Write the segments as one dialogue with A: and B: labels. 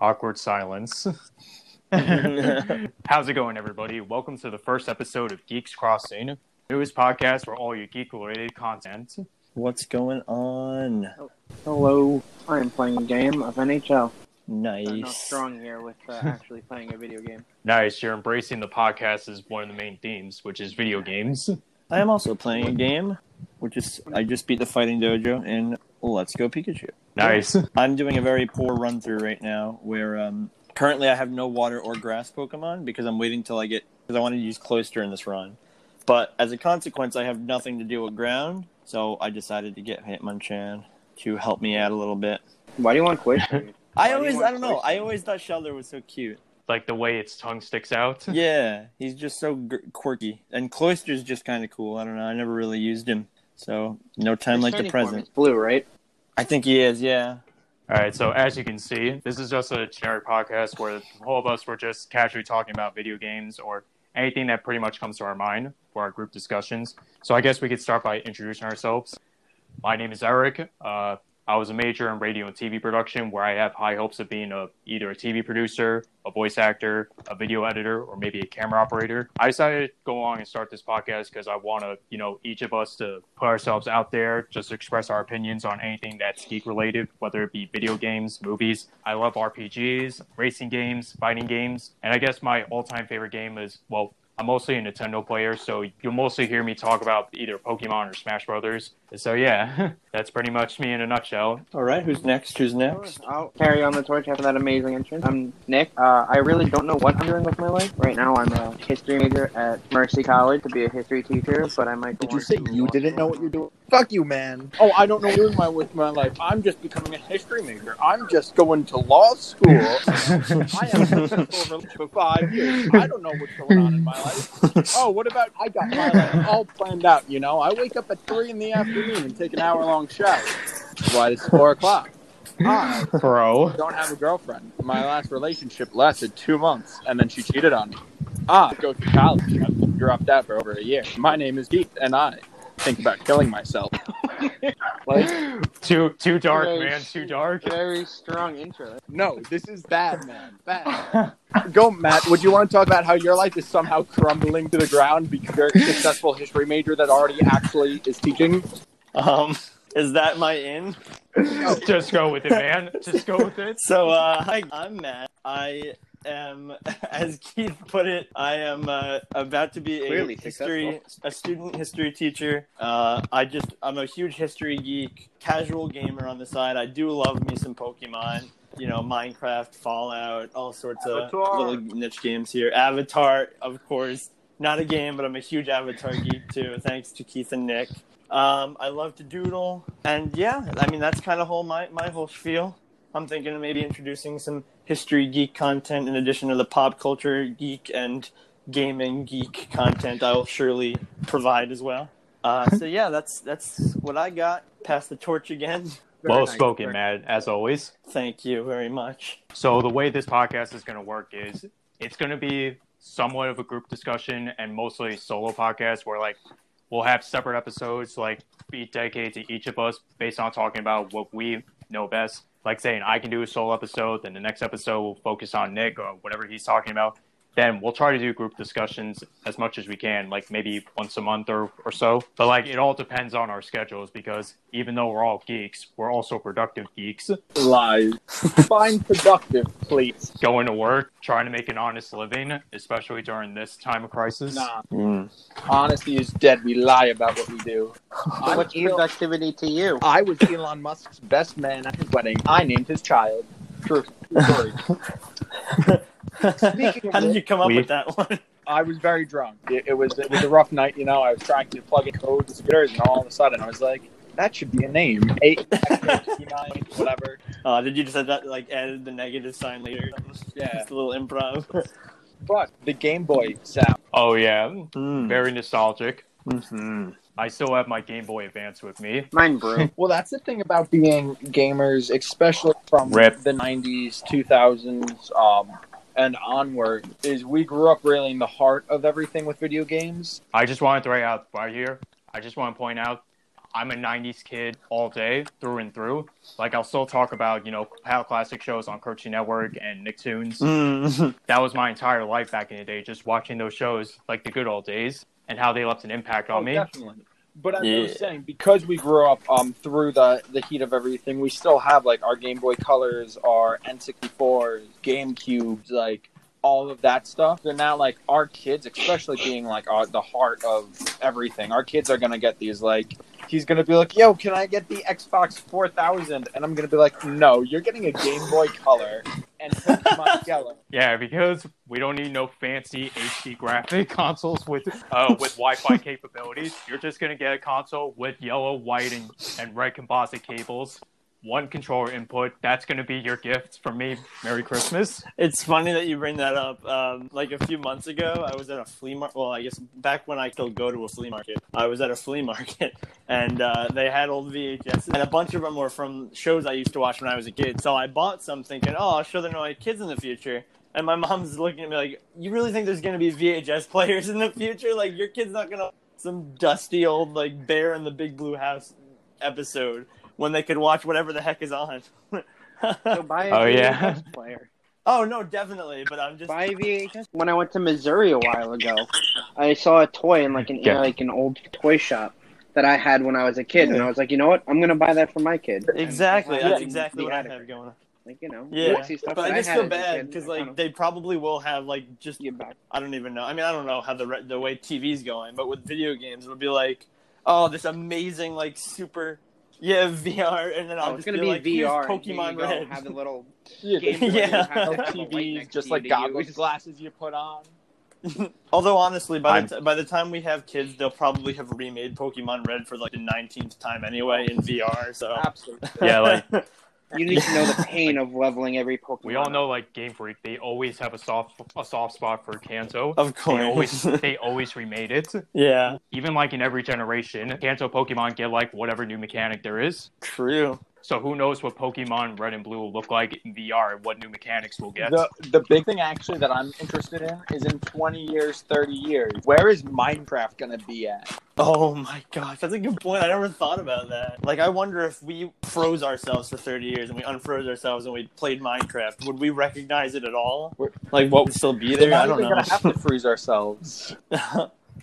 A: Awkward silence. How's it going, everybody? Welcome to the first episode of Geeks Crossing, newest podcast for all your geek-related content.
B: What's going on?
C: Hello, I am playing a game of NHL. I'm not
B: Nice.
C: strong here with uh, actually playing a video game.
A: Nice, you're embracing the podcast as one of the main themes, which is video games.
B: I am also playing a game, which is I just beat the Fighting Dojo in Let's Go Pikachu.
A: Nice.
B: I'm doing a very poor run through right now, where um, currently I have no water or grass Pokemon because I'm waiting till I get because I wanted to use Cloyster in this run, but as a consequence, I have nothing to do with ground, so I decided to get Hitmonchan to help me out a little bit.
C: Why do you want quick? Why do
B: I
C: you
B: always,
C: want
B: I don't know,
C: Cloyster?
B: I always thought Shelder was so cute.
A: like the way its tongue sticks out.
B: yeah, he's just so g- quirky. And Cloister's just kind of cool. I don't know. I never really used him. So, no time like the present.
C: It's blue, right?
B: I think he is, yeah.
A: All right, so as you can see, this is just a generic podcast where the whole of us were just casually talking about video games or anything that pretty much comes to our mind for our group discussions. So I guess we could start by introducing ourselves. My name is Eric. Uh, I was a major in radio and TV production, where I have high hopes of being a either a TV producer, a voice actor, a video editor, or maybe a camera operator. I decided to go along and start this podcast because I want to, you know, each of us to put ourselves out there, just express our opinions on anything that's geek related, whether it be video games, movies. I love RPGs, racing games, fighting games, and I guess my all-time favorite game is well, I'm mostly a Nintendo player, so you'll mostly hear me talk about either Pokemon or Smash Brothers. So yeah, that's pretty much me in a nutshell.
B: All right, who's next? Who's next?
C: I'll carry on the torch after that amazing entrance. I'm Nick. Uh, I really don't know what I'm doing with my life. Right now, I'm a history major at Mercy College to be a history teacher, but I might. go
D: Did you
C: on
D: say
C: to
D: you
C: law
D: didn't know
C: school.
D: what you're doing? Fuck you, man. Oh, I don't know where my with my life. I'm just becoming a history major. I'm just going to law school. I have been over for five years. I don't know what's going on in my life. Oh, what about I got my life all planned out? You know, I wake up at three in the afternoon and take an hour long shower. Why it's four o'clock? I
A: Bro.
D: don't have a girlfriend. My last relationship lasted two months, and then she cheated on me. Ah, go to college. I've dropped out for over a year. My name is Keith, and I think about killing myself.
A: Too too dark,
C: Nice.
A: man, too dark.
C: Very strong intro.
D: No, this is bad, man. Bad. Go, Matt. Would you want to talk about how your life is somehow crumbling to the ground because you're a successful history major that already actually is teaching?
B: Um, is that my in?
A: Just go with it, man. Just go with it.
B: So, uh, hi, I'm Matt. I am, as Keith put it, I am uh, about to be a
C: Clearly
B: history, a student history teacher. Uh, I just, I'm a huge history geek, casual gamer on the side. I do love me some Pokemon. You know, Minecraft, Fallout, all sorts
C: Avatar.
B: of little niche games here. Avatar, of course, not a game, but I'm a huge Avatar geek too. Thanks to Keith and Nick. Um, I love to doodle, and yeah, I mean that's kind of whole my my whole spiel. I'm thinking of maybe introducing some history geek content in addition to the pop culture geek and gaming geek content I will surely provide as well. Uh, so yeah, that's that's what I got. Pass the torch again.
C: Very
A: Well
C: nice.
A: spoken, man, as always.
B: Thank you very much.
A: So the way this podcast is going to work is it's going to be somewhat of a group discussion and mostly solo podcast where like we'll have separate episodes like be dedicated to each of us based on talking about what we know best. Like saying I can do a solo episode, then the next episode will focus on Nick or whatever he's talking about. Then we'll try to do group discussions as much as we can, like maybe once a month or, or so. But like it all depends on our schedules because even though we're all geeks, we're also productive geeks
D: Lies. Find productive, please.
A: going to work, trying to make an honest living, especially during this time of crisis.
D: Nah. Honesty is dead. We lie about what we do. I
C: What's
D: feel-
C: productivity to you?
D: I was Elon Musk's best man at his wedding. I named his child. True. True story. Speaking of
B: How did
D: which-
B: you come up
A: We-
B: with that one?
D: I was very drunk. It, it was it was a rough night, you know. I was trying to plug in codes and computers, and all of a sudden, I was like, "That should be a name." Eight, nine, whatever.
B: Uh, did you just have that like added the negative sign later?
D: Yeah.
B: Just a little improv.
D: But the Game Boy sound.
A: Oh yeah,
D: Hmm.
A: very nostalgic.
B: Mm-hmm.
A: I still have my Game Boy Advance with me.
C: Mine brew.
D: Well, that's the thing about being gamers, especially from
A: Rip.
D: the '90s, 2000s, um, and onward, is we grew up really in the heart of everything with video games.
A: I just want to throw out right here. I just want to point out I'm a 90s kid all day through and through. Like, I'll still talk about, you know, how classic shows on Cartoon Network and Nicktoons.
D: Hmm.
B: Mm.
A: That was my entire life back in the day, just watching those shows, like the good old days, and how they left an impact on
D: Oh,
A: me.
D: definitely. But I'm
B: Yeah.
D: just saying, because we grew up um, through the, the heat of everything, we still have like our Game Boy Colors, our N64s, GameCubes, like all of that stuff. They're now like our kids, especially being like uh, the heart of everything. Our kids are gonna get these. Like he's gonna be like, "Yo, can I get the Xbox 4000?" And I'm gonna be like, "No, you're getting a Game Boy Color and Pokemon Yellow."
A: Yeah, because we don't need no fancy HD graphic consoles with uh, with Wi-Fi capabilities. You're just gonna get a console with yellow, white, and, and red composite cables. One controller input. That's gonna be your gift from me. Merry Christmas.
B: It's funny that you bring that up. Um, like a few months ago, I was at a flea market. Well, I guess back when I could go to a flea market, I was at a flea market, and uh, they had old VHS, and a bunch of them were from shows I used to watch when I was a kid. So I bought some, thinking, "Oh, I'll show them to my kids in the future." And my mom's looking at me like, "You really think there's going to be VHS players in the future? Like your kid's not going to some dusty old like Bear in the Big Blue House episode when they could watch whatever the heck is on."
C: So buy a
A: Oh,
C: VHS
A: yeah.
C: player.
B: oh no, definitely. But I'm just
C: Buy a VHS. When I went to Missouri a while ago, I saw a toy in like an
A: Yeah.
C: like an old toy shop that I had when I was a kid, and I was like, you know what? I'm gonna buy that for my kid. And
B: Exactly.
C: I had
B: That's
C: it in
B: exactly
C: the
B: what I
C: attic.
B: have going on.
C: Like you know,
B: Yeah.
C: fancy stuff
B: But I
C: that
B: just
C: had
B: feel
C: as a
B: bad
C: kid,
B: because
C: I
B: like
C: kinda-
B: they probably will have like just
C: get back.
B: I don't even know. I mean, I don't know how the re- the way TV's going, but with video games, it'll be like, oh, this amazing like super yeah VR, and then I'll
C: Oh, it's
B: just
C: gonna
B: be
C: be
B: like, here's
C: VR. and here you
B: Pokemon
C: go,
B: Red.
C: Have the little
D: Yeah,
C: game. Boy,
D: the-
C: you
B: Yeah.
C: have to have a light
D: LTVs,
C: next
D: just
C: to
D: like
C: you to
D: goggles,
C: use.
D: glasses you put on.
B: Although honestly, by
A: I'm-
B: the, t- by the time we have kids, they'll probably have remade Pokemon Red for like the nineteenth time anyway in VR.
C: Oh.
B: So
D: Absolutely.
A: Yeah, like
C: You need to know the pain of leveling every Pokemon.
A: we all know, like Game Freak, they always have a soft a soft spot for Kanto.
B: of
A: They
B: course,
A: always they always remade it.
B: yeah,
A: Even like in every generation, Kanto Pokemon get like whatever new mechanic there is.
B: true.
A: So who knows what Pokemon Red and Blue will look like in VR and what new mechanics we'll get.
D: The the big thing actually that I'm interested in is in 20 years, 30 years, where is Minecraft gonna be at?
B: Oh my gosh, that's a good point. I never thought about that. Like, I wonder if we froze ourselves for 30 years and we unfroze ourselves and we played Minecraft, would we recognize it at all? Like, what would still be there?
D: We're
B: I
D: not
B: don't
D: even
B: know.
D: gonna have to freeze ourselves.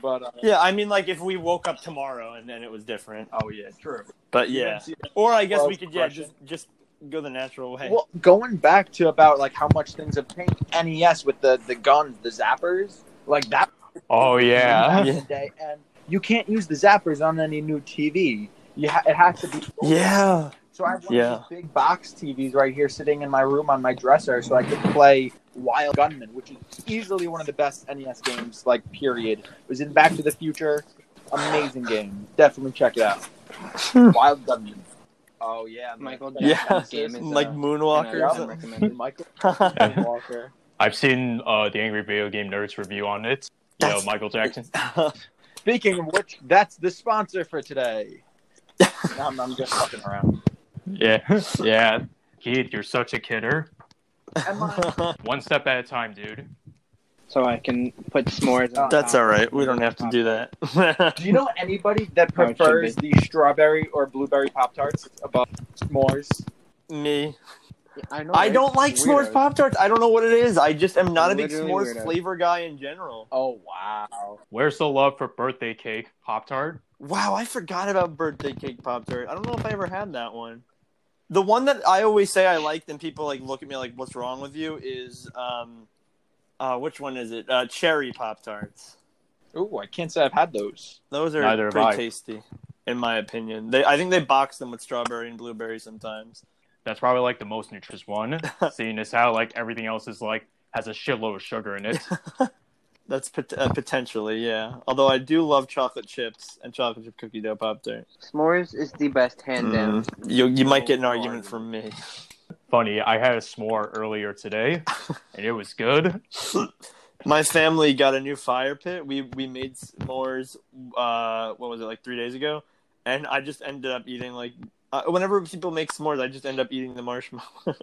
D: But uh,
B: yeah, I mean, like, if we woke up tomorrow and then it was different.
D: oh yeah, true.
B: But
D: You
B: yeah.
D: can see that.
B: Or I guess
D: Well,
B: we could, yeah,
D: crush
B: just, just go the natural way.
D: Well, going back to about like how much things have changed. NES with the the guns, the zappers, like that.
A: Oh yeah.
D: back in the day, and you can't use the zappers on any new TV. You ha- it has to be
B: yeah.
D: So I have one
B: Yeah.
D: of these big box TVs right here sitting in my room on my dresser so I could play Wild Gunman, which is easily one of the best NES games, like, period. It was in Back to the Future. Amazing game. Definitely check it out. Wild Gunman. Oh, yeah.
C: Michael
D: man.
B: Yeah.
C: Jackson's game is
B: Like
C: uh,
B: Moonwalker
C: and I
B: or
D: yeah.
C: don't
B: something.
C: recommend it.
D: Michael Walker.
A: I've seen uh, the Angry Video Game Nerds review on it. You know,
B: That's-
A: Michael Jackson.
D: Speaking of which, that's the sponsor for today. No, I'm, I'm just fucking around.
A: Yeah. Yeah. Keith, you're such a kidder. One step at a time, dude.
C: So I can put s'mores. on
B: That's
C: top.
B: all right. We don't have to do that.
D: Do you know anybody that
C: Oh, it should
D: prefers the strawberry or blueberry Pop Tarts above s'mores?
B: Me.
C: I, know,
B: I
C: right?
B: don't like
C: Weirdos.
B: s'mores Pop Tarts. I don't know what it is. I just am not a big
C: Literally
B: s'mores
C: weirdo.
B: flavor guy in general.
D: Oh wow!
A: Where's the love for birthday cake, Pop Tart?
B: Wow, I forgot about birthday cake Pop Tart. I don't know if I ever had that one. The one that I always say I liked and people like look at me like, "What's wrong with you?" is um, uh, which one is it? Uh, cherry Pop Tarts.
D: Ooh, I can't say I've had those.
B: Those are
A: Neither have I.
B: pretty tasty, in my opinion. They, I think they box them with strawberry and blueberry sometimes.
A: That's probably like the most nutritious one, seeing as how like everything else is like has a shitload of sugar in it.
B: That's pot- uh, potentially, yeah. Although I do love chocolate chips and chocolate chip cookie dough Pop Tart.
C: S'mores is the best hand down.
B: Mm, You you might get an
D: No
B: argument from me.
A: Funny, I had a s'more earlier today, and it was good.
B: My family got a new fire pit. We we made s'mores. Uh, what was it like three days ago? And I just ended up eating like uh, whenever people make s'mores, I just end up eating the marshmallow.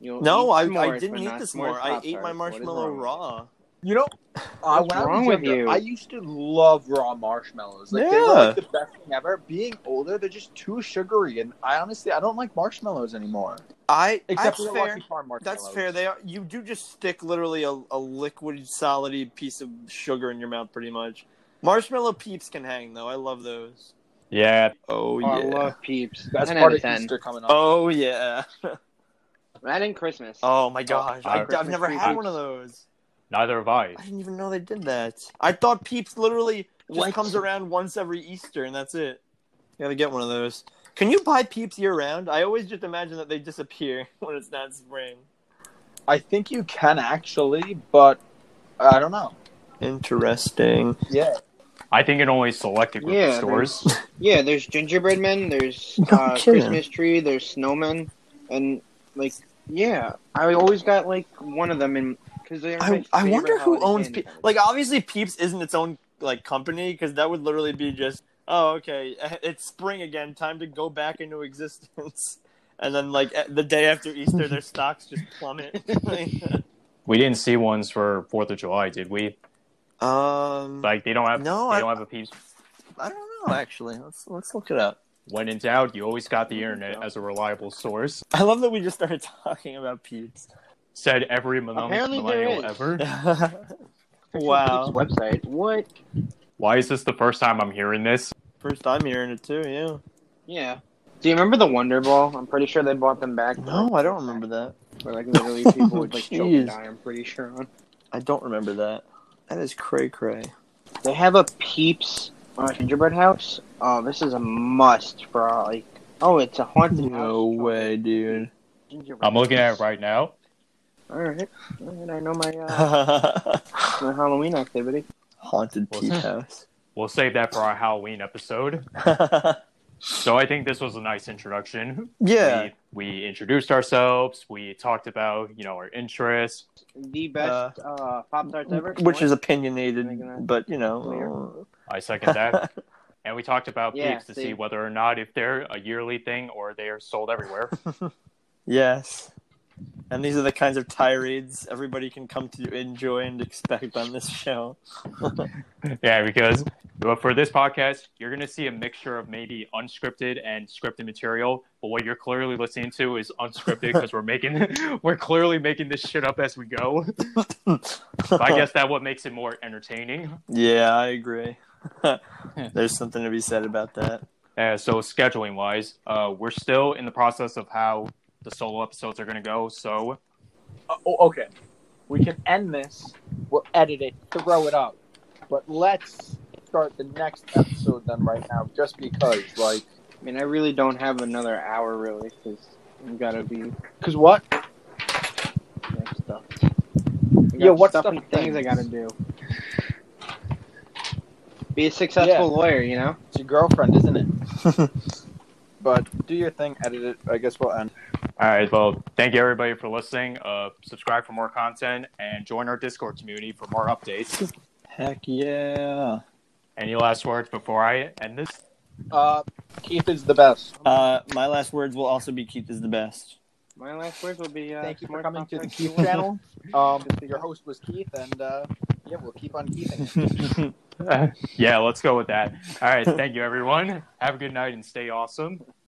C: You'll
B: no,
C: eat
B: I, I
C: s'mores,
B: didn't
C: but
B: eat
C: not
B: the
C: s'mores
B: s'more. I ate
C: Pop-Tarts.
B: my
C: What is
B: marshmallow
C: wrong with
B: raw.
D: You know, uh,
C: What's
D: when I was
C: wrong with
D: younger,
C: you?
D: I used to love raw marshmallows. Like they were
B: Yeah.
D: like the best thing ever. Being older, they're just too sugary, and I honestly I don't like marshmallows anymore.
B: I
D: Except
B: that's
D: for the
B: fair.
D: Lucky Charm marshmallows.
B: That's fair. They are, you do just stick literally a, a liquid, solidy piece of sugar in your mouth, pretty much. Marshmallow peeps can hang though. I love those.
A: Yeah,
B: Oh
C: Oh, I love peeps.
D: That's
C: 10 out
D: part of
C: of 10.
D: Easter coming up.
B: Oh yeah.
C: That and Christmas.
B: Oh my gosh, I, I've
C: Christmas
B: never
C: tree
B: had
C: peeps.
B: one of those.
A: neither have I.
B: I didn't even know they did that. I thought Peeps literally just
C: What?
B: comes around once every Easter, and that's it. You gotta get one of those. Can you buy Peeps year round? I always just imagine that they disappear when it's not spring.
D: I think you can actually, but I don't know.
B: Interesting.
D: Yeah,
A: I think it only selected group
C: Yeah,
A: of stores.
C: Yeah, there's gingerbread men, there's
B: No
C: uh,
B: kidding.
C: Christmas tree, there's snowmen, and like, yeah, I always got like one of them in because they're.
B: I,
C: my
B: I
C: favorite
B: wonder who
C: holiday
B: owns
C: candy
B: Peeps.
C: colours.
B: Like, obviously, Peeps isn't its own like company because that would literally be just, oh, okay, it's spring again, time to go back into existence. And then, like eh, the day after Easter, their stocks just plummet.
A: We didn't see ones for Fourth of July, did we?
B: um,
A: Like they don't have
B: No,
A: they
B: I-
A: don't have a peeps.
B: I don't know. Actually, let's let's look it up.
A: When in doubt, you always got the internet as a reliable source.
B: I love that we just started talking about peeps.
A: Said every mon-
C: Apparently there
A: millennial
C: is.
A: ever.
B: wow,
C: Peeps website. What?
A: Why is this the first time I'm hearing this?
B: first time hearing it too. Yeah.
C: Yeah. Do you remember the Wonder Ball? I'm pretty sure they bought them back.
B: No, I don't remember that.
C: Where like literally people would like choke
B: Jeez.
C: and die. I'm pretty sure on.
B: I don't remember that. That is cray cray.
C: They have a Peeps uh, gingerbread house. Oh, this is a must for uh, like. Oh, it's a haunted house.
B: dude.
C: Gingerbread
A: I'm looking at
C: house.
A: it right now.
C: All right, all right. I know my uh,
B: Haunted
C: my Halloween activity.
B: peep house.
A: We'll save that for our Halloween episode. So I think this was a nice introduction.
B: yeah.
A: We, we introduced ourselves. We talked about you know our interests.
C: The best uh, pop tarts ever.
B: Which is
C: a Making
B: opinionated,
C: that
B: but you know.
A: I second that. and we talked about
C: Yeah,
A: peeps to
C: see.
A: see whether or not if they're a yearly thing or they are sold everywhere.
B: Yes. And these are the kinds of tirades everybody can come to enjoy and expect on this show.
A: yeah, because but for this podcast, you're going to see a mixture of maybe unscripted and scripted material. But what you're clearly listening to is unscripted because we're making we're clearly making this shit up as we go. But I guess that what makes it more entertaining.
B: Yeah, I agree. There's something to be said about that.
A: Uh, so scheduling wise, uh, we're still in the process of how the solo episodes are going to go. So
D: Oh, okay. We can end this. We'll edit it, throw it up. But let's start the next episode then right now, just because, like,
C: I mean, I really don't have another hour really, because I'm gotta be
D: because what?
C: like, stuffed. I got
D: Yeah, what
C: stuff
D: stuff
C: and
D: and
C: things I
D: things?
C: gotta do? Be a successful
D: Yeah.
C: lawyer, you know.
D: It's your girlfriend, isn't it? but do your thing, edit it. I guess we'll end.
A: All right. Well, thank you everybody for listening. Uh, subscribe for more content and join our Discord community for more updates.
B: Heck yeah.
A: Any last words before I end this?
D: Uh, Keith is the best.
B: Uh, my last words will also be Keith is the best.
C: My last words will be uh,
D: Thank you for
C: more
D: coming to the
C: content.
D: Keith channel. Um, your host was Keith, and uh, yeah, we'll keep on Keithing.
A: yeah, let's go with that. All right. Thank you everyone. Have a good night and stay awesome.